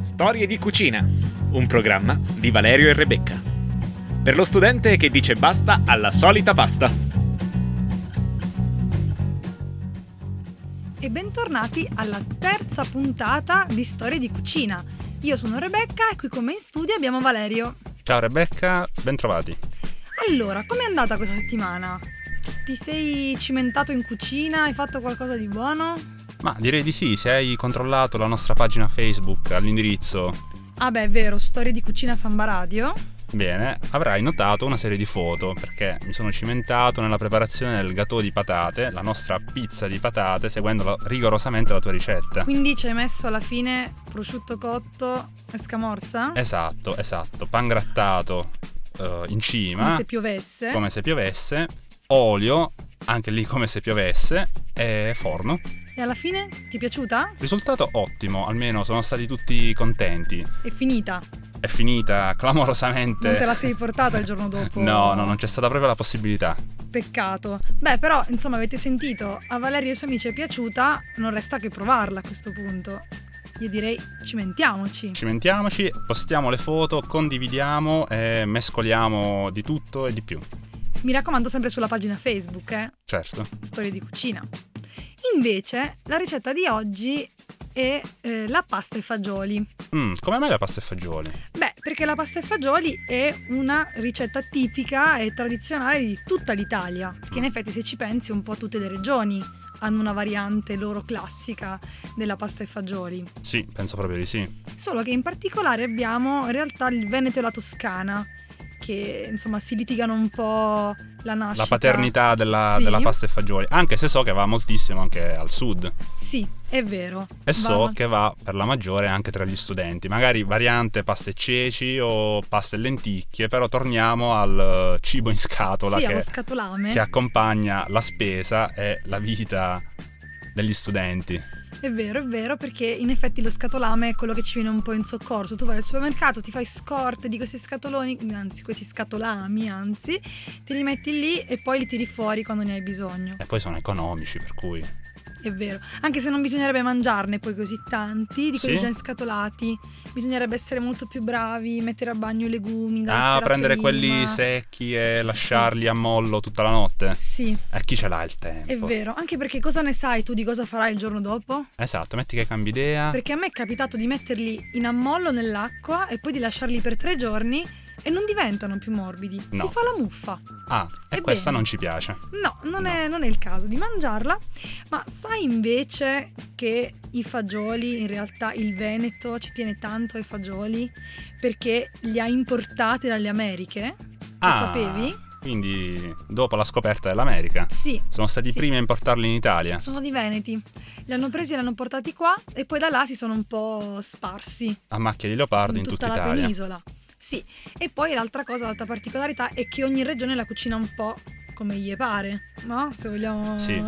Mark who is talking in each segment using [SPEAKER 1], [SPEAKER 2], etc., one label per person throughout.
[SPEAKER 1] Storie di cucina, un programma di Valerio e Rebecca. Per lo studente che dice basta alla solita pasta.
[SPEAKER 2] e bentornati alla terza puntata di Storie di cucina. Io sono Rebecca e qui con me in studio abbiamo Valerio.
[SPEAKER 3] Ciao Rebecca, bentrovati.
[SPEAKER 2] Allora, com'è andata questa settimana? Ti sei cimentato in cucina? Hai fatto qualcosa di buono?
[SPEAKER 3] Ma direi di sì, se hai controllato la nostra pagina Facebook all'indirizzo,
[SPEAKER 2] Ah beh, è vero, Storie di cucina Samba Radio.
[SPEAKER 3] bene, avrai notato una serie di foto perché mi sono cimentato nella preparazione del gâteau di patate, la nostra pizza di patate, seguendo la- rigorosamente la tua ricetta.
[SPEAKER 2] Quindi ci hai messo alla fine prosciutto cotto e scamorza?
[SPEAKER 3] Esatto, esatto, pan grattato eh, in
[SPEAKER 2] Come
[SPEAKER 3] cima,
[SPEAKER 2] se piovesse.
[SPEAKER 3] come se piovesse, olio, anche lì come se piovesse, e forno.
[SPEAKER 2] E alla fine ti è piaciuta?
[SPEAKER 3] Risultato ottimo, almeno sono stati tutti contenti.
[SPEAKER 2] È finita.
[SPEAKER 3] È finita clamorosamente.
[SPEAKER 2] Non te la sei portata il giorno dopo.
[SPEAKER 3] No, no, non c'è stata proprio la possibilità.
[SPEAKER 2] Peccato. Beh, però, insomma, avete sentito, a Valerio e ai suoi amici è piaciuta, non resta che provarla a questo punto. Io direi cimentiamoci.
[SPEAKER 3] Cimentiamoci, postiamo le foto, condividiamo e mescoliamo di tutto e di più.
[SPEAKER 2] Mi raccomando sempre sulla pagina Facebook, eh?
[SPEAKER 3] Certo.
[SPEAKER 2] Storie di cucina. Invece, la ricetta di oggi è eh, la pasta e fagioli.
[SPEAKER 3] Mm, come mai la pasta e fagioli?
[SPEAKER 2] Beh, perché la pasta e fagioli è una ricetta tipica e tradizionale di tutta l'Italia, perché in effetti se ci pensi un po' tutte le regioni hanno una variante loro classica della pasta e fagioli.
[SPEAKER 3] Sì, penso proprio di sì.
[SPEAKER 2] Solo che in particolare abbiamo in realtà il Veneto e la Toscana che insomma si litigano un po' la nascita.
[SPEAKER 3] La paternità della,
[SPEAKER 2] Sì.
[SPEAKER 3] della pasta e fagioli, anche se so che va moltissimo anche al sud
[SPEAKER 2] Sì, è vero.
[SPEAKER 3] e so
[SPEAKER 2] Va-
[SPEAKER 3] che va per la maggiore anche tra gli studenti, magari variante pasta e ceci o pasta e lenticchie, però torniamo al eh, cibo in scatola
[SPEAKER 2] sì,
[SPEAKER 3] che
[SPEAKER 2] allo scatolame.
[SPEAKER 3] che accompagna la spesa e la vita degli studenti.
[SPEAKER 2] È vero, è vero, perché in effetti lo scatolame è quello che ci viene un po' in soccorso. Tu vai al supermercato, ti fai scorte di questi scatoloni, anzi, questi scatolami, anzi, te li metti lì e poi li tiri fuori quando ne hai bisogno.
[SPEAKER 3] E poi sono economici, per cui
[SPEAKER 2] È vero. Anche se non bisognerebbe mangiarne poi così tanti, di quelli
[SPEAKER 3] Sì?
[SPEAKER 2] già inscatolati. Bisognerebbe essere molto più bravi, mettere a bagno i legumi. dalla
[SPEAKER 3] ah,
[SPEAKER 2] sera
[SPEAKER 3] prendere
[SPEAKER 2] prima.
[SPEAKER 3] quelli secchi e
[SPEAKER 2] Sì.
[SPEAKER 3] lasciarli a mollo tutta la notte.
[SPEAKER 2] Sì,
[SPEAKER 3] E chi ce l'ha il tempo?
[SPEAKER 2] è vero. Anche perché cosa ne sai tu di cosa farai il giorno dopo?
[SPEAKER 3] Esatto, metti che cambi idea.
[SPEAKER 2] Perché a me è capitato di metterli in ammollo nell'acqua e poi di lasciarli per tre giorni e non diventano più morbidi.
[SPEAKER 3] No.
[SPEAKER 2] Si fa la muffa.
[SPEAKER 3] Ah, e
[SPEAKER 2] È
[SPEAKER 3] questa
[SPEAKER 2] bene.
[SPEAKER 3] non ci piace.
[SPEAKER 2] No, non,
[SPEAKER 3] No.
[SPEAKER 2] È, non è il caso di mangiarla, ma sai invece che i fagioli, in realtà il Veneto ci tiene tanto ai fagioli perché li ha importati dalle Americhe? Lo
[SPEAKER 3] ah,
[SPEAKER 2] sapevi?
[SPEAKER 3] Quindi, dopo la scoperta dell'America,
[SPEAKER 2] Sì,
[SPEAKER 3] sono stati i
[SPEAKER 2] Sì.
[SPEAKER 3] primi a importarli in Italia.
[SPEAKER 2] sono di Veneti. Li hanno presi e li hanno portati qua e poi da là si sono un po' sparsi
[SPEAKER 3] A macchia di leopardo in, tutta,
[SPEAKER 2] tutta la
[SPEAKER 3] Italia.
[SPEAKER 2] penisola. Sì, e poi l'altra cosa, l'altra particolarità è che ogni regione la cucina un po' come gli pare, no? Se vogliamo...
[SPEAKER 3] Sì,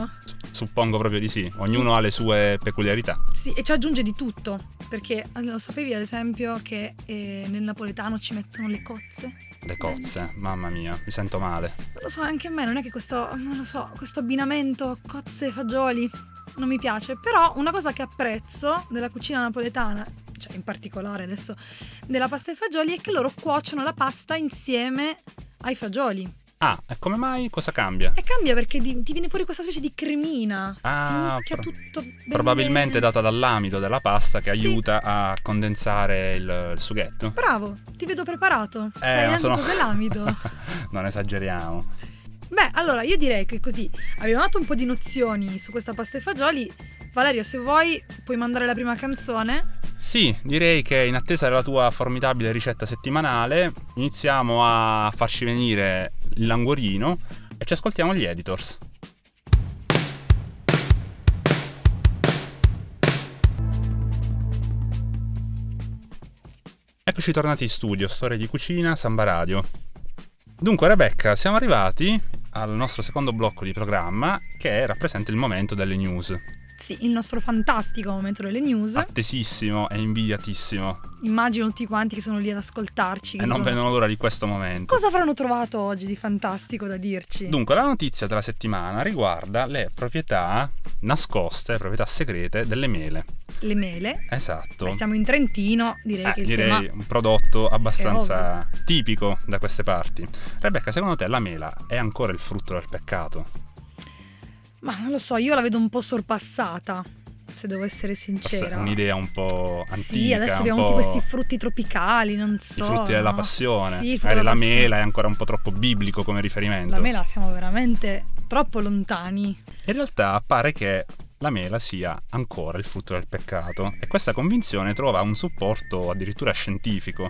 [SPEAKER 3] suppongo proprio di sì. Ognuno ha le sue peculiarità.
[SPEAKER 2] Sì, e ci aggiunge di tutto, perché eh, lo sapevi ad esempio che eh, nel napoletano ci mettono le cozze?
[SPEAKER 3] Le cozze, mamma mia, mi sento male.
[SPEAKER 2] Non lo so, anche a me non è che questo, non lo so, questo abbinamento cozze e fagioli non mi piace, però una cosa che apprezzo della cucina napoletana, cioè in particolare adesso della pasta e fagioli, è che loro cuociono la pasta insieme ai fagioli.
[SPEAKER 3] Ah, e come mai cosa cambia?
[SPEAKER 2] E cambia perché di- ti viene fuori questa specie di cremina.
[SPEAKER 3] Ah,
[SPEAKER 2] si mischia
[SPEAKER 3] pro-
[SPEAKER 2] tutto bene.
[SPEAKER 3] Probabilmente data dall'amido della pasta che
[SPEAKER 2] Sì.
[SPEAKER 3] aiuta a condensare il, il sughetto.
[SPEAKER 2] Bravo, ti vedo preparato.
[SPEAKER 3] Eh,
[SPEAKER 2] Sai
[SPEAKER 3] non
[SPEAKER 2] anche
[SPEAKER 3] sono-
[SPEAKER 2] cos'è l'amido.
[SPEAKER 3] non esageriamo.
[SPEAKER 2] Beh, allora io direi che così abbiamo dato un po' di nozioni su questa pasta e fagioli. Valerio, se vuoi, puoi mandare la prima canzone.
[SPEAKER 3] Sì, direi che in attesa della tua formidabile ricetta settimanale iniziamo a farci venire il languorino e ci ascoltiamo gli editors. Eccoci tornati in studio, Storia di Cucina, Samba Radio. Dunque Rebecca, siamo arrivati al nostro secondo blocco di programma che rappresenta il momento delle news.
[SPEAKER 2] Sì, il nostro fantastico momento delle news.
[SPEAKER 3] Ah. Attesissimo e invidiatissimo.
[SPEAKER 2] Immagino tutti quanti che sono lì ad ascoltarci. che
[SPEAKER 3] E Eh, non
[SPEAKER 2] dicono,
[SPEAKER 3] vedono l'ora di questo momento.
[SPEAKER 2] Cosa avranno trovato oggi di fantastico da dirci?
[SPEAKER 3] Dunque, la notizia della settimana riguarda le proprietà nascoste, le proprietà segrete delle mele.
[SPEAKER 2] le mele.
[SPEAKER 3] Esatto.
[SPEAKER 2] Beh, siamo in Trentino, direi
[SPEAKER 3] Eh,
[SPEAKER 2] che il tema
[SPEAKER 3] direi un prodotto abbastanza tipico da queste parti. Rebecca, secondo te la mela è ancora il frutto del peccato?
[SPEAKER 2] Ma non lo so, io la vedo un po' sorpassata, se devo essere
[SPEAKER 3] Forse
[SPEAKER 2] sincera.
[SPEAKER 3] è un'idea un po' antica.
[SPEAKER 2] sì, adesso
[SPEAKER 3] un
[SPEAKER 2] abbiamo
[SPEAKER 3] po'
[SPEAKER 2] tutti questi frutti tropicali, non so.
[SPEAKER 3] I frutti della
[SPEAKER 2] no?
[SPEAKER 3] passione.
[SPEAKER 2] Sì, il frutto
[SPEAKER 3] Magari
[SPEAKER 2] della
[SPEAKER 3] la
[SPEAKER 2] passione.
[SPEAKER 3] mela è ancora un po' troppo biblico come riferimento.
[SPEAKER 2] La mela siamo veramente troppo lontani.
[SPEAKER 3] In realtà pare che la mela sia ancora il frutto del peccato e questa convinzione trova un supporto addirittura scientifico.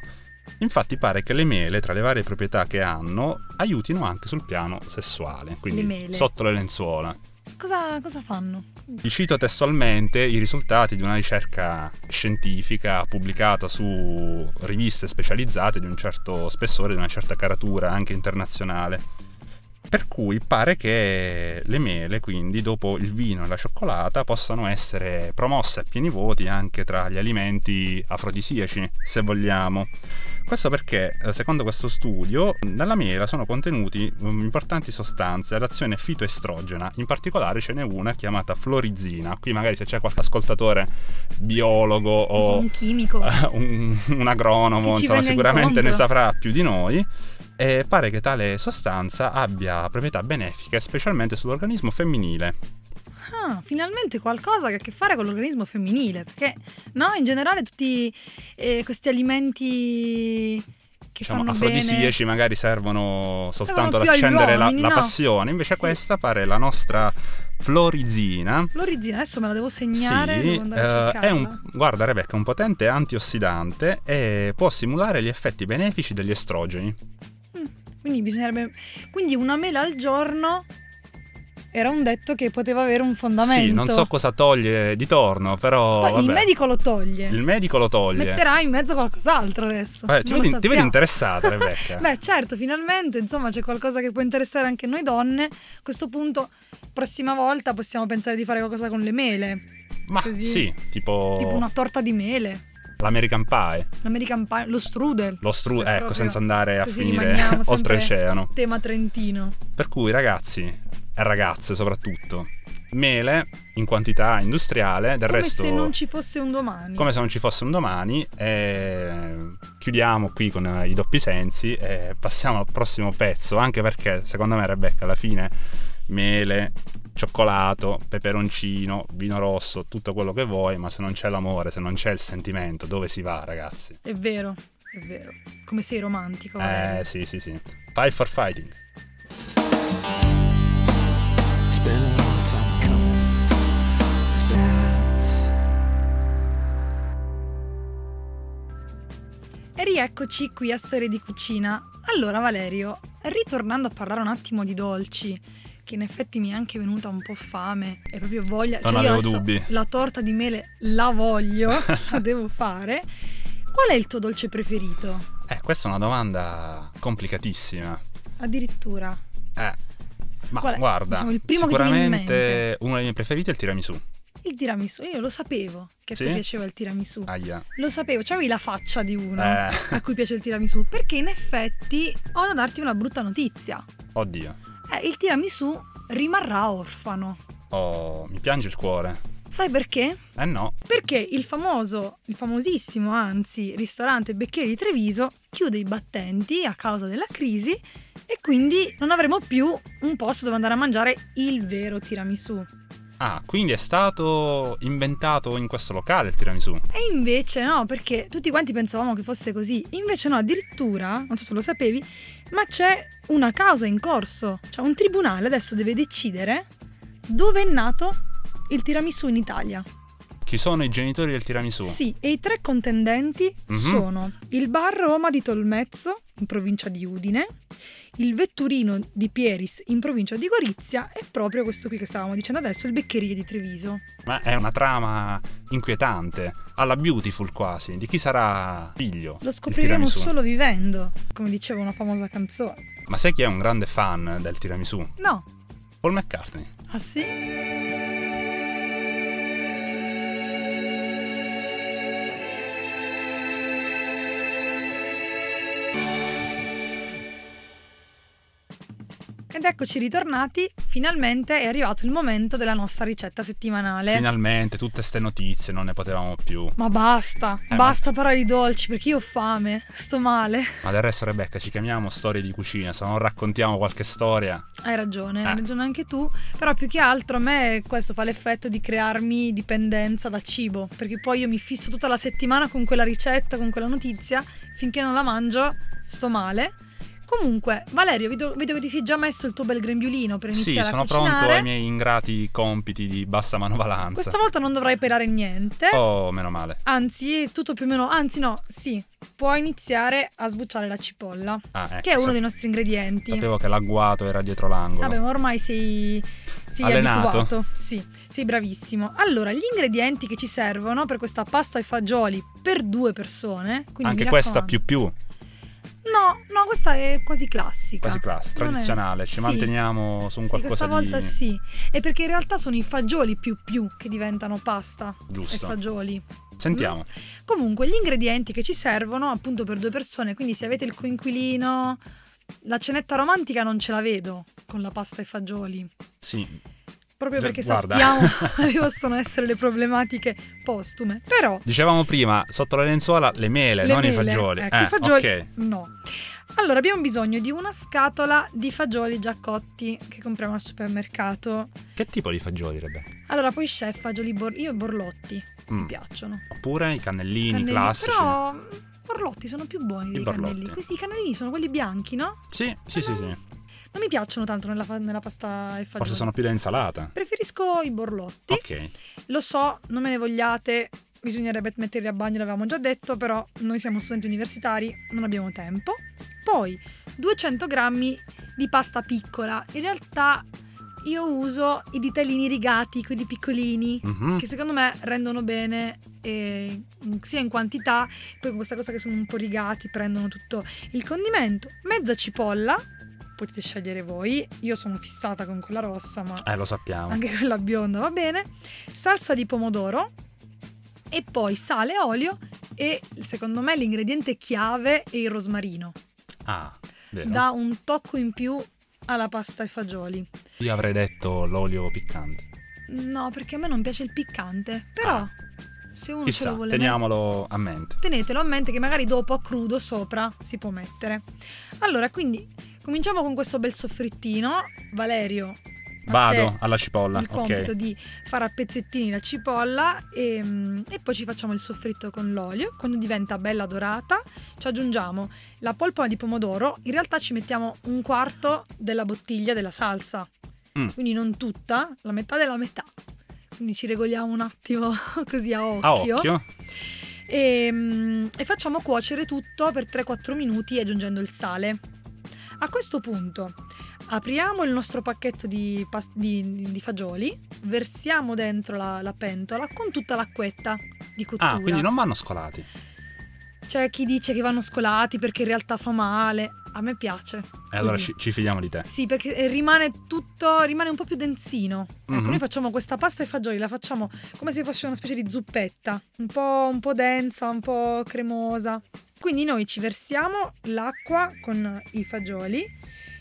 [SPEAKER 3] Infatti pare che le mele, tra le varie proprietà che hanno, aiutino anche sul piano sessuale, quindi
[SPEAKER 2] Le mele. Mm.
[SPEAKER 3] sotto le lenzuola.
[SPEAKER 2] Cosa, cosa fanno?
[SPEAKER 3] Vi cito testualmente i risultati di una ricerca scientifica pubblicata su riviste specializzate di un certo spessore, di una certa caratura anche internazionale. Per cui pare che le mele, quindi, dopo il vino e la cioccolata, possano essere promosse a pieni voti anche tra gli alimenti afrodisiaci, se vogliamo. Questo perché, eh, secondo questo studio, nella mela sono contenuti mm, importanti sostanze ad azione fitoestrogena, in particolare ce n'è una chiamata florizina. Qui magari se c'è qualche ascoltatore biologo o
[SPEAKER 2] Un chimico.
[SPEAKER 3] un, un agronomo,
[SPEAKER 2] Che ci
[SPEAKER 3] insomma,
[SPEAKER 2] venga
[SPEAKER 3] sicuramente
[SPEAKER 2] incontro.
[SPEAKER 3] ne saprà più di noi. E pare che tale sostanza abbia proprietà benefiche, specialmente sull'organismo femminile.
[SPEAKER 2] Ah, finalmente qualcosa che ha a che fare con l'organismo femminile, perché no, in generale tutti eh, questi alimenti che
[SPEAKER 3] Diciamo,
[SPEAKER 2] fanno bene...
[SPEAKER 3] afrodisiaci magari servono soltanto ad
[SPEAKER 2] più agli
[SPEAKER 3] accendere la,
[SPEAKER 2] uomini,
[SPEAKER 3] la
[SPEAKER 2] no?
[SPEAKER 3] passione, invece
[SPEAKER 2] Sì.
[SPEAKER 3] questa pare la nostra florizina.
[SPEAKER 2] L'origine, adesso me la devo
[SPEAKER 3] Sì,
[SPEAKER 2] segnare, devo andare a
[SPEAKER 3] eh, è
[SPEAKER 2] cercarla.
[SPEAKER 3] un, guarda Rebecca, è un potente antiossidante e può simulare gli effetti benefici degli estrogeni.
[SPEAKER 2] Quindi bisognerebbe. Quindi una mela al giorno era un detto che poteva avere un fondamento.
[SPEAKER 3] Sì, non so cosa toglie di torno, però...
[SPEAKER 2] To- Il
[SPEAKER 3] vabbè.
[SPEAKER 2] medico lo toglie.
[SPEAKER 3] Il medico lo toglie.
[SPEAKER 2] Metterà in mezzo qualcos'altro adesso.
[SPEAKER 3] Vabbè,
[SPEAKER 2] Esatto.
[SPEAKER 3] ti,
[SPEAKER 2] non lo
[SPEAKER 3] vedi, ti vedi
[SPEAKER 2] sappiamo.
[SPEAKER 3] interessata, Rebecca.
[SPEAKER 2] Beh, certo, finalmente, insomma, c'è qualcosa che può interessare anche noi donne. A questo punto, prossima volta possiamo pensare di fare qualcosa con le mele,
[SPEAKER 3] Ma
[SPEAKER 2] così.
[SPEAKER 3] sì, tipo,
[SPEAKER 2] tipo una torta di mele,
[SPEAKER 3] l'American Pie,
[SPEAKER 2] l'American Pie, lo strudel.
[SPEAKER 3] lo stru,
[SPEAKER 2] Se
[SPEAKER 3] ecco,
[SPEAKER 2] proprio
[SPEAKER 3] senza andare a
[SPEAKER 2] così
[SPEAKER 3] finire
[SPEAKER 2] rimaniamo sempre-
[SPEAKER 3] oltreoceano.
[SPEAKER 2] Tema trentino.
[SPEAKER 3] Per cui, ragazzi e ragazze soprattutto, mele in quantità industriale, del
[SPEAKER 2] Come
[SPEAKER 3] resto
[SPEAKER 2] se non ci fosse un domani.
[SPEAKER 3] come se non ci fosse un domani. E chiudiamo qui con eh, i doppi sensi e passiamo al prossimo pezzo, anche perché secondo me Rebecca alla fine mele, cioccolato, peperoncino, vino rosso, tutto quello che vuoi, ma se non c'è l'amore, se non c'è il sentimento, dove si va ragazzi?
[SPEAKER 2] È vero, è vero. Come sei romantico. Valerio.
[SPEAKER 3] Eh sì sì sì. Fight for fighting.
[SPEAKER 4] It's been a long time coming. It's been.
[SPEAKER 2] E rieccoci qui a Storie di Cucina. Allora Valerio, ritornando a parlare un attimo di dolci, che in effetti mi è anche venuta un po' fame e proprio voglia... cioè
[SPEAKER 3] Non
[SPEAKER 2] io
[SPEAKER 3] avevo
[SPEAKER 2] adesso
[SPEAKER 3] dubbi.
[SPEAKER 2] La torta di mele la voglio, la devo fare. Qual è il tuo dolce preferito?
[SPEAKER 3] Eh, questa è una domanda complicatissima.
[SPEAKER 2] Addirittura.
[SPEAKER 3] Eh. Ma
[SPEAKER 2] Qual è?
[SPEAKER 3] guarda,
[SPEAKER 2] Diciamo, il primo che ti viene in
[SPEAKER 3] sicuramente uno dei miei preferiti è il tiramisù.
[SPEAKER 2] Il tiramisù, io lo sapevo che a
[SPEAKER 3] Sì?
[SPEAKER 2] te piaceva il tiramisù.
[SPEAKER 3] Aia.
[SPEAKER 2] Lo sapevo, c'avevi la faccia di uno
[SPEAKER 3] Eh.
[SPEAKER 2] a cui piace il tiramisù, perché in effetti ho da darti una brutta notizia.
[SPEAKER 3] Oddio.
[SPEAKER 2] Eh, il tiramisù rimarrà orfano.
[SPEAKER 3] Oh, mi piange il cuore.
[SPEAKER 2] Sai perché?
[SPEAKER 3] Eh no,
[SPEAKER 2] Perché il famoso, il famosissimo anzi, ristorante Becchieri di Treviso chiude i battenti a causa della crisi e quindi non avremo più un posto dove andare a mangiare il vero tiramisù.
[SPEAKER 3] Ah, quindi è stato inventato in questo locale il tiramisù.
[SPEAKER 2] E invece no, perché tutti quanti pensavamo che fosse così. Invece no, addirittura, non so se lo sapevi, ma c'è una causa in corso. Cioè un tribunale adesso deve decidere dove è nato il tiramisù in Italia.
[SPEAKER 3] Chi sono i genitori del tiramisù?
[SPEAKER 2] Sì, e i tre contendenti
[SPEAKER 3] Esatto. Mhm.
[SPEAKER 2] sono il Bar Roma di Tolmezzo, in provincia di Udine, il Vetturino di Pieris, in provincia di Gorizia, e proprio questo qui che stavamo dicendo adesso, il Beccherie di Treviso.
[SPEAKER 3] Ma è una trama inquietante, alla beautiful quasi. Di chi sarà figlio?
[SPEAKER 2] Lo
[SPEAKER 3] il
[SPEAKER 2] scopriremo
[SPEAKER 3] tiramisù?
[SPEAKER 2] solo vivendo, come diceva una famosa canzone.
[SPEAKER 3] Ma sai chi è un grande fan del tiramisù?
[SPEAKER 2] No,
[SPEAKER 3] Paul McCartney.
[SPEAKER 2] ah sì? Ed ed eccoci ritornati, finalmente è arrivato il momento della nostra ricetta settimanale.
[SPEAKER 3] Finalmente tutte ste notizie, non ne potevamo più.
[SPEAKER 2] ma basta,
[SPEAKER 3] ma-
[SPEAKER 2] basta parole di dolci perché io ho fame, sto male.
[SPEAKER 3] Ma del resto Rebecca ci chiamiamo storie di cucina, se non raccontiamo qualche storia.
[SPEAKER 2] Hai ragione, hai
[SPEAKER 3] Ah.
[SPEAKER 2] ragione anche tu, però più che altro a me questo fa l'effetto di crearmi dipendenza da cibo, perché poi io mi fisso tutta la settimana con quella ricetta, con quella notizia, finché non la mangio sto male. Comunque, Valerio, vedo, vedo che ti sei già messo il tuo bel grembiulino per iniziare
[SPEAKER 3] Sì, sono
[SPEAKER 2] a cucinare.
[SPEAKER 3] pronto ai miei ingrati compiti di bassa manovalanza.
[SPEAKER 2] Questa volta non dovrai pelare niente.
[SPEAKER 3] Oh, meno male.
[SPEAKER 2] Anzi, tutto più o meno, anzi no, sì, puoi iniziare a sbucciare la cipolla,
[SPEAKER 3] Ah, ecco,
[SPEAKER 2] che è uno
[SPEAKER 3] sa-
[SPEAKER 2] dei nostri ingredienti.
[SPEAKER 3] Sapevo che l'agguato era dietro l'angolo.
[SPEAKER 2] Vabbè, ma ormai sei, sei
[SPEAKER 3] Allenato.
[SPEAKER 2] abituato. Sì, sei bravissimo. Allora, gli ingredienti che ci servono per questa pasta e fagioli per due persone. Quindi
[SPEAKER 3] Anche
[SPEAKER 2] mi
[SPEAKER 3] questa
[SPEAKER 2] raccomando-
[SPEAKER 3] più più,
[SPEAKER 2] No, no, questa è quasi classica.
[SPEAKER 3] quasi classica,
[SPEAKER 2] Non è-
[SPEAKER 3] tradizionale. Ci
[SPEAKER 2] Sì.
[SPEAKER 3] manteniamo su un
[SPEAKER 2] Sì,
[SPEAKER 3] qualcosa
[SPEAKER 2] questa volta
[SPEAKER 3] di
[SPEAKER 2] sì. E perché in realtà sono i fagioli più più che diventano pasta e
[SPEAKER 3] giusto.
[SPEAKER 2] fagioli.
[SPEAKER 3] Sentiamo.
[SPEAKER 2] Comunque, gli ingredienti che ci servono appunto per due persone, quindi se avete il coinquilino, la cenetta romantica non ce la vedo con la pasta e fagioli.
[SPEAKER 3] Sì,
[SPEAKER 2] proprio
[SPEAKER 3] Eh,
[SPEAKER 2] perché
[SPEAKER 3] guarda.
[SPEAKER 2] sappiamo quali possono essere le problematiche postume. Però
[SPEAKER 3] dicevamo prima, sotto la lenzuola le mele,
[SPEAKER 2] le
[SPEAKER 3] non i
[SPEAKER 2] mele,
[SPEAKER 3] fagioli.
[SPEAKER 2] ecco,
[SPEAKER 3] Eh,
[SPEAKER 2] i fagioli
[SPEAKER 3] ok.
[SPEAKER 2] no. Allora abbiamo bisogno di una scatola di fagioli già cotti che compriamo al supermercato.
[SPEAKER 3] Che tipo di fagioli, Rebecca?
[SPEAKER 2] Allora poi c'è fagioli bor- io borlotti, mi
[SPEAKER 3] Mm.
[SPEAKER 2] piacciono.
[SPEAKER 3] Oppure i cannellini,
[SPEAKER 2] Cannellini,
[SPEAKER 3] classici.
[SPEAKER 2] Però borlotti sono più buoni dei
[SPEAKER 3] borlotti.
[SPEAKER 2] cannellini. Questi cannellini sono quelli bianchi, no?
[SPEAKER 3] Sì, sì, sì, sì.
[SPEAKER 2] Non mi piacciono tanto nella, fa- nella pasta e fagioli.
[SPEAKER 3] Forse sono più da insalata.
[SPEAKER 2] Preferisco i borlotti.
[SPEAKER 3] Ok.
[SPEAKER 2] Lo so, non me ne vogliate, bisognerebbe metterli a bagno, l'avevamo già detto, però noi siamo studenti universitari, non abbiamo tempo. Poi 200 grammi di pasta piccola. In realtà io uso i ditalini rigati, quelli piccolini,
[SPEAKER 3] Mhm.
[SPEAKER 2] che secondo me rendono bene eh, in- sia in quantità, poi con questa cosa che sono un po' rigati, prendono tutto il condimento. Mezza cipolla, potete scegliere voi, io sono fissata con quella rossa, ma
[SPEAKER 3] Eh, lo sappiamo.
[SPEAKER 2] anche quella bionda va bene, salsa di pomodoro e poi sale, olio e secondo me l'ingrediente chiave è il rosmarino.
[SPEAKER 3] Ah, vero.
[SPEAKER 2] Dà un tocco in più alla pasta e fagioli.
[SPEAKER 3] Io avrei detto l'olio piccante.
[SPEAKER 2] No, perché a me non piace il piccante, però
[SPEAKER 3] Ah.
[SPEAKER 2] se uno ce
[SPEAKER 3] Chissà,
[SPEAKER 2] lo vuole mettere-
[SPEAKER 3] teniamolo a mente.
[SPEAKER 2] tenetelo a mente che magari dopo a crudo sopra si può mettere. Allora, quindi cominciamo con questo bel soffrittino. Valerio, a
[SPEAKER 3] Vado
[SPEAKER 2] te
[SPEAKER 3] alla cipolla,
[SPEAKER 2] il compito
[SPEAKER 3] ok.
[SPEAKER 2] di fare a pezzettini la cipolla e, mm, e poi ci facciamo il soffritto con l'olio. Quando diventa bella dorata ci aggiungiamo la polpa di pomodoro. In realtà ci mettiamo un quarto della bottiglia della salsa,
[SPEAKER 3] Mm.
[SPEAKER 2] quindi non tutta, la metà della metà. Quindi ci regoliamo un attimo così
[SPEAKER 3] A occhio,
[SPEAKER 2] e, mm, e facciamo cuocere tutto per 3-4 minuti aggiungendo il sale. A questo punto apriamo il nostro pacchetto di, pas- di- di fagioli, versiamo dentro la, la pentola con tutta l'acquetta di cottura.
[SPEAKER 3] Ah, quindi non vanno scolati.
[SPEAKER 2] C'è chi dice che vanno scolati perché in realtà fa male, a me piace.
[SPEAKER 3] E allora
[SPEAKER 2] Così.
[SPEAKER 3] ci, ci fidiamo di te.
[SPEAKER 2] Sì, perché eh, rimane tutto, rimane un po' più densino. Ecco,
[SPEAKER 3] Mhm.
[SPEAKER 2] noi facciamo questa pasta ai fagioli, la facciamo come se fosse una specie di zuppetta, un po', un po' densa, un po' cremosa. Quindi noi ci versiamo l'acqua con i fagioli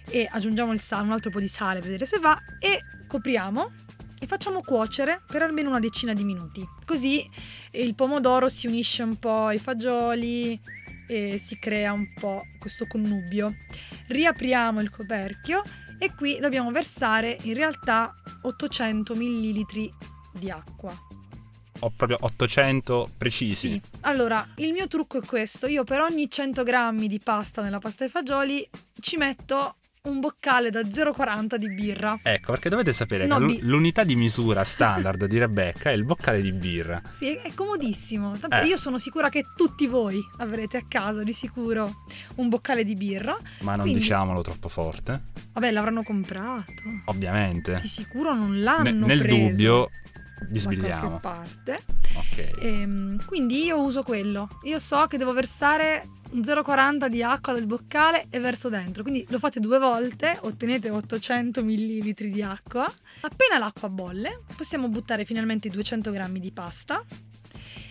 [SPEAKER 2] e aggiungiamo il sale, un altro po' di sale per vedere se va e copriamo e facciamo cuocere per almeno una decina di minuti. Così il pomodoro si unisce un po' ai fagioli e si crea un po' questo connubio. Riapriamo il coperchio e qui dobbiamo versare in realtà 800 ml di acqua.
[SPEAKER 3] Ho proprio 800 precisi.
[SPEAKER 2] Sì. Allora, il mio trucco è questo. Io per ogni 100 grammi di pasta nella pasta ai fagioli ci metto un boccale da 0,40 di birra.
[SPEAKER 3] Ecco, perché dovete sapere
[SPEAKER 2] No,
[SPEAKER 3] che l'u-
[SPEAKER 2] bi-
[SPEAKER 3] l'unità di misura standard di Rebecca è il boccale di birra.
[SPEAKER 2] Sì, è è comodissimo. Tanto
[SPEAKER 3] Eh.
[SPEAKER 2] io sono sicura che tutti voi avrete a casa di sicuro un boccale di birra.
[SPEAKER 3] Ma non
[SPEAKER 2] Quindi-
[SPEAKER 3] diciamolo troppo forte,
[SPEAKER 2] Vabbè, l'avranno comprato.
[SPEAKER 3] ovviamente.
[SPEAKER 2] Di sicuro non
[SPEAKER 3] Ne-
[SPEAKER 2] l'hanno
[SPEAKER 3] nel
[SPEAKER 2] preso da
[SPEAKER 3] dubbio
[SPEAKER 2] qualche
[SPEAKER 3] bisbigliamo.
[SPEAKER 2] parte.
[SPEAKER 3] Ok.
[SPEAKER 2] Ehm, quindi io uso quello. Io so che devo versare 0,40 di acqua del boccale e verso dentro. Quindi lo fate due volte, ottenete 800 ml di acqua. Appena l'acqua bolle, possiamo buttare finalmente i 200 g di pasta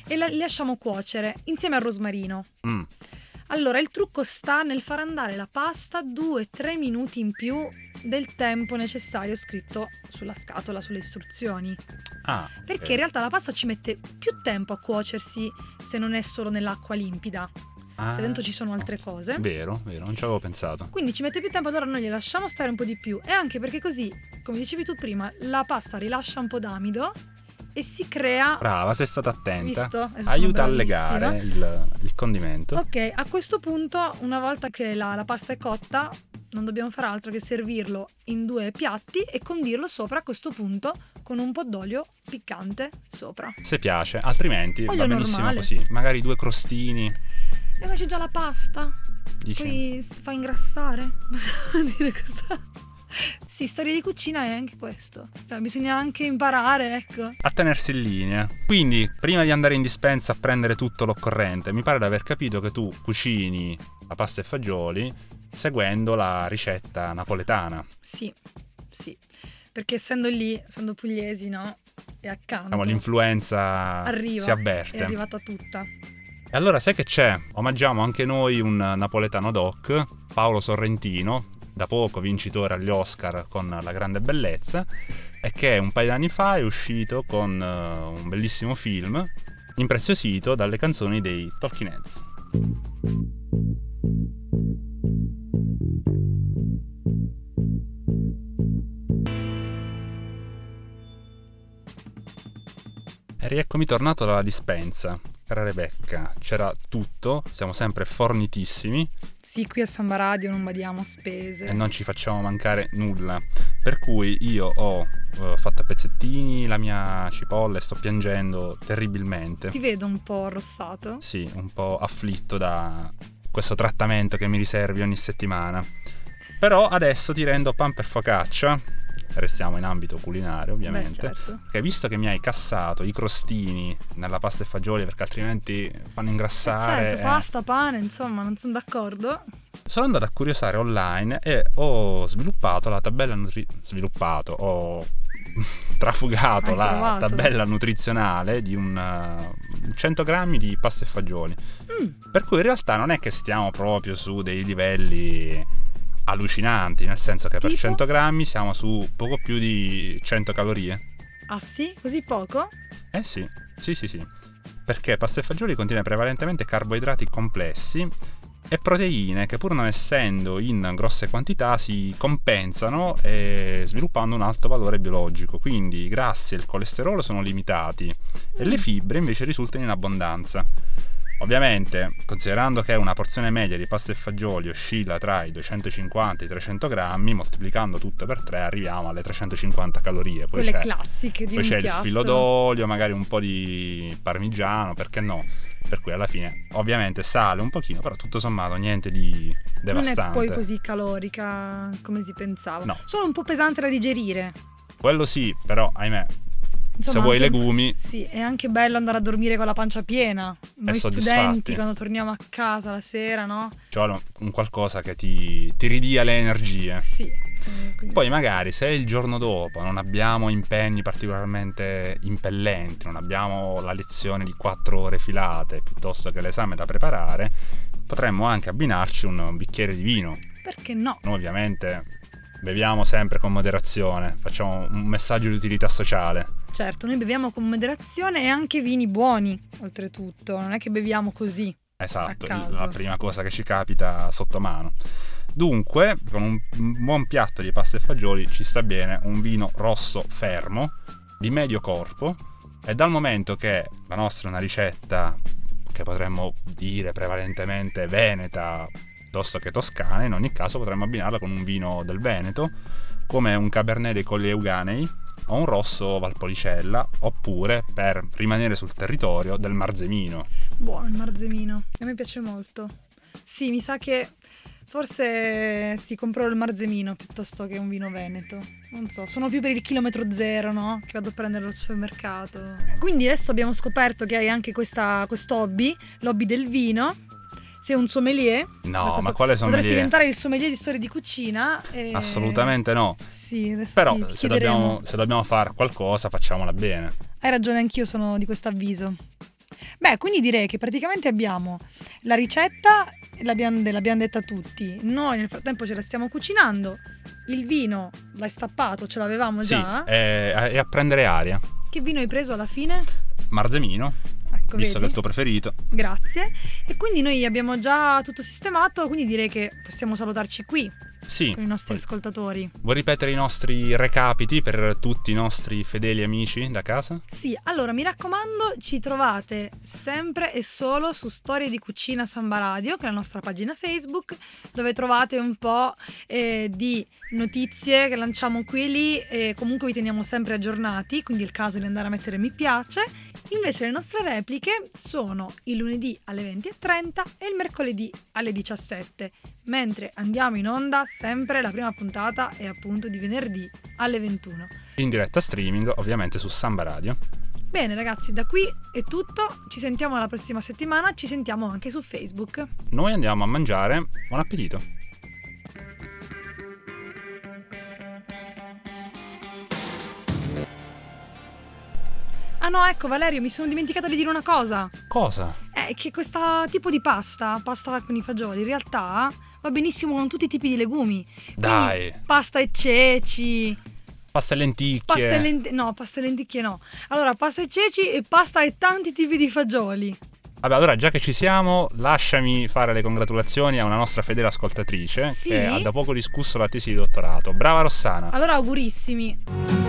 [SPEAKER 2] e la- li lasciamo cuocere insieme al rosmarino.
[SPEAKER 3] Mm.
[SPEAKER 2] Allora, il trucco sta nel far andare la pasta 2-3 minuti in più del tempo necessario scritto sulla scatola, sulle istruzioni.
[SPEAKER 3] Ah,
[SPEAKER 2] Perché
[SPEAKER 3] ok.
[SPEAKER 2] in realtà la pasta ci mette più tempo a cuocersi se non è solo nell'acqua limpida,
[SPEAKER 3] Ah,
[SPEAKER 2] se dentro ci sono altre cose.
[SPEAKER 3] Vero, vero, non ci avevo pensato.
[SPEAKER 2] Quindi ci mette più tempo, allora noi le lasciamo stare un po' di più. E anche perché così, come dicevi tu prima, la pasta rilascia un po' d'amido e si crea...
[SPEAKER 3] Brava, sei stata attenta.
[SPEAKER 2] Visto? Adesso sono
[SPEAKER 3] Aiuta a
[SPEAKER 2] bravissima.
[SPEAKER 3] legare il, il condimento.
[SPEAKER 2] Ok, a questo punto, una volta che la, la pasta è cotta, non dobbiamo fare altro che servirlo in due piatti e condirlo sopra a questo punto con un po' d'olio piccante sopra.
[SPEAKER 3] Se piace, altrimenti
[SPEAKER 2] Olio
[SPEAKER 3] va benissimo
[SPEAKER 2] normale.
[SPEAKER 3] così. Magari due crostini.
[SPEAKER 2] E ma c'è già la pasta.
[SPEAKER 3] Dici,
[SPEAKER 2] Poi si fa ingrassare. Possiamo dire questa. Sì, storia di cucina è anche questo. Cioè, bisogna anche imparare, ecco.
[SPEAKER 3] a tenersi in linea. Quindi, prima di andare in dispensa a prendere tutto l'occorrente, mi pare di aver capito che tu cucini la pasta e fagioli seguendo la ricetta napoletana.
[SPEAKER 2] Sì, sì. Perché essendo lì, essendo pugliesi, no? E accanto.
[SPEAKER 3] Diciamo, l'influenza
[SPEAKER 2] Arriva,
[SPEAKER 3] si avverte.
[SPEAKER 2] È arrivata tutta.
[SPEAKER 3] E allora sai che c'è? Omaggiamo anche noi un napoletano doc, Paolo Sorrentino, da poco vincitore agli Oscar con La Grande Bellezza, e che un paio di anni fa è uscito con eh, un bellissimo film impreziosito dalle canzoni dei Talking Heads. E rieccomi tornato dalla dispensa. Cara Rebecca, c'era tutto, siamo sempre fornitissimi
[SPEAKER 2] Sì, qui a Samba Radio non badiamo a spese.
[SPEAKER 3] e Eh, non ci facciamo mancare nulla. Per cui io ho eh, fatto a pezzettini la mia cipolla e sto piangendo terribilmente.
[SPEAKER 2] Ti vedo un po' arrossato.
[SPEAKER 3] Sì, un po' afflitto da questo trattamento che mi riservi ogni settimana. Però adesso ti rendo pan per focaccia. Restiamo in ambito culinario, ovviamente.
[SPEAKER 2] Beh, certo.
[SPEAKER 3] Perché visto che mi hai cassato i crostini nella pasta e fagioli perché altrimenti fanno ingrassare.
[SPEAKER 2] certo,
[SPEAKER 3] eh,
[SPEAKER 2] pasta, pane, insomma, non sono d'accordo.
[SPEAKER 3] sono andato a curiosare online e ho sviluppato la tabella nutri- sviluppato, ho trafugato
[SPEAKER 2] Hai
[SPEAKER 3] la
[SPEAKER 2] trovato.
[SPEAKER 3] tabella nutrizionale di un eh, 100 grammi di pasta e fagioli.
[SPEAKER 2] Mm.
[SPEAKER 3] Per cui in realtà non è che stiamo proprio su dei livelli allucinanti, nel senso che per
[SPEAKER 2] Tipo?
[SPEAKER 3] 100 grammi siamo su poco più di 100 calorie.
[SPEAKER 2] Ah sì? Così poco?
[SPEAKER 3] Eh sì, sì, sì, sì. Perché pasta e fagioli contiene prevalentemente carboidrati complessi e proteine che pur non essendo in grosse quantità si compensano eh, sviluppando un alto valore biologico. Quindi i grassi e il colesterolo sono limitati e
[SPEAKER 2] Mm.
[SPEAKER 3] le fibre invece risultano in abbondanza. Ovviamente, considerando che una porzione media di pasta e fagioli oscilla tra i 250 e i 300 grammi, moltiplicando tutto per 3 arriviamo alle 350 calorie. Poi
[SPEAKER 2] Quelle
[SPEAKER 3] c'è
[SPEAKER 2] classiche di
[SPEAKER 3] poi
[SPEAKER 2] un
[SPEAKER 3] c'è il
[SPEAKER 2] piatto.
[SPEAKER 3] filo d'olio, magari un po' di parmigiano, perché no? Per cui alla fine ovviamente sale un pochino, però tutto sommato niente di
[SPEAKER 2] Non è
[SPEAKER 3] devastante.
[SPEAKER 2] poi così calorica come si pensava.
[SPEAKER 3] No.
[SPEAKER 2] Solo un po' pesante da digerire.
[SPEAKER 3] Quello sì, però ahimè,
[SPEAKER 2] Insomma,
[SPEAKER 3] se vuoi i
[SPEAKER 2] anche-
[SPEAKER 3] legumi,
[SPEAKER 2] Sì, è anche bello andare a dormire con la pancia piena. Noi
[SPEAKER 3] soddisfatti.
[SPEAKER 2] studenti, quando torniamo a casa la sera, no?
[SPEAKER 3] ci vuole un qualcosa che ti, ti ridia le energie.
[SPEAKER 2] Sì. Mm, quindi-
[SPEAKER 3] Eh. Poi magari se il giorno dopo non abbiamo impegni particolarmente impellenti, non abbiamo la lezione di 4 ore filate piuttosto che l'esame da preparare, potremmo anche abbinarci un bicchiere di vino.
[SPEAKER 2] Perché no?
[SPEAKER 3] Noi ovviamente beviamo sempre con moderazione, facciamo un messaggio di utilità sociale.
[SPEAKER 2] Certo, noi beviamo con moderazione e anche vini buoni, oltretutto. Non è che beviamo così.
[SPEAKER 3] Esatto,
[SPEAKER 2] A
[SPEAKER 3] il-
[SPEAKER 2] caso.
[SPEAKER 3] la prima cosa che ci capita sotto mano. Dunque, con un un buon piatto di pasta e fagioli ci sta bene un vino rosso fermo, di medio corpo, e dal momento che la nostra è una ricetta che potremmo dire prevalentemente veneta piuttosto che toscana, in ogni caso potremmo abbinarla con un vino del Veneto, come un Cabernet dei Colli Euganei o un rosso Valpolicella, oppure, per rimanere sul territorio, del Marzemino.
[SPEAKER 2] Buono il marzemino, a me piace molto. Sì, mi sa che forse si comprò il marzemino piuttosto che un vino veneto. Non so, sono più per il chilometro zero, no? Che vado a prendere al supermercato. Quindi adesso abbiamo scoperto che hai anche questa, quest'hobby, l'hobby del vino. Sei un sommelier. Da
[SPEAKER 3] No,
[SPEAKER 2] questo-
[SPEAKER 3] ma quale sono
[SPEAKER 2] Potresti diventare il sommelier di storia di cucina. e-
[SPEAKER 3] Assolutamente no.
[SPEAKER 2] Sì, adesso
[SPEAKER 3] Però
[SPEAKER 2] ti, ti
[SPEAKER 3] se
[SPEAKER 2] chiederemo.
[SPEAKER 3] dobbiamo, se dobbiamo fare qualcosa facciamola bene.
[SPEAKER 2] Hai ragione, anch'io sono di questo avviso. Beh, quindi direi che praticamente abbiamo la ricetta, l'abbiamo, l'abbiamo detta tutti. Noi nel frattempo ce la stiamo cucinando. Il vino l'hai stappato, ce l'avevamo
[SPEAKER 3] Sì,
[SPEAKER 2] già.
[SPEAKER 3] è, è a prendere aria.
[SPEAKER 2] Che vino hai preso alla fine?
[SPEAKER 3] Marzemino,
[SPEAKER 2] Ecco,
[SPEAKER 3] visto che è
[SPEAKER 2] vedi?
[SPEAKER 3] il tuo preferito.
[SPEAKER 2] Grazie. E quindi noi abbiamo già tutto sistemato, quindi direi che possiamo salutarci qui
[SPEAKER 3] Sì,
[SPEAKER 2] con i nostri
[SPEAKER 3] poi-
[SPEAKER 2] ascoltatori.
[SPEAKER 3] vuoi ripetere i nostri recapiti per tutti i nostri fedeli amici da casa?
[SPEAKER 2] Sì, allora mi raccomando, ci trovate sempre e solo su Storie di Cucina Samba Radio, che è la nostra pagina Facebook, dove trovate un po' eh, di notizie che lanciamo qui e lì e comunque vi teniamo sempre aggiornati, quindi è il caso di andare a mettere mi piace. Invece le nostre repliche sono il lunedì alle 20.30 e il mercoledì alle 17, mentre andiamo in onda sempre la prima puntata è appunto di venerdì alle 21.
[SPEAKER 3] In diretta streaming, ovviamente su Samba Radio.
[SPEAKER 2] Bene ragazzi, da qui è tutto, ci sentiamo la prossima settimana, ci sentiamo anche su Facebook.
[SPEAKER 3] Noi andiamo a mangiare. Buon appetito!
[SPEAKER 2] Ah no, ecco Valerio, mi sono dimenticata di dire una cosa.
[SPEAKER 3] Cosa?
[SPEAKER 2] È che questo tipo di pasta, pasta con i fagioli, in realtà va benissimo con tutti i tipi di legumi. Quindi
[SPEAKER 3] Dai,
[SPEAKER 2] Pasta e ceci,
[SPEAKER 3] pasta e lenticchie.
[SPEAKER 2] pasta e lenticchie, no, pasta e lenticchie no. Allora, pasta e ceci e pasta e tanti tipi di fagioli.
[SPEAKER 3] Vabbè, allora già che ci siamo, lasciami fare le congratulazioni a una nostra fedele ascoltatrice
[SPEAKER 2] Sì?
[SPEAKER 3] che ha da poco discusso la tesi di dottorato. Brava Rossana!
[SPEAKER 2] Allora, augurissimi.
[SPEAKER 4] Thank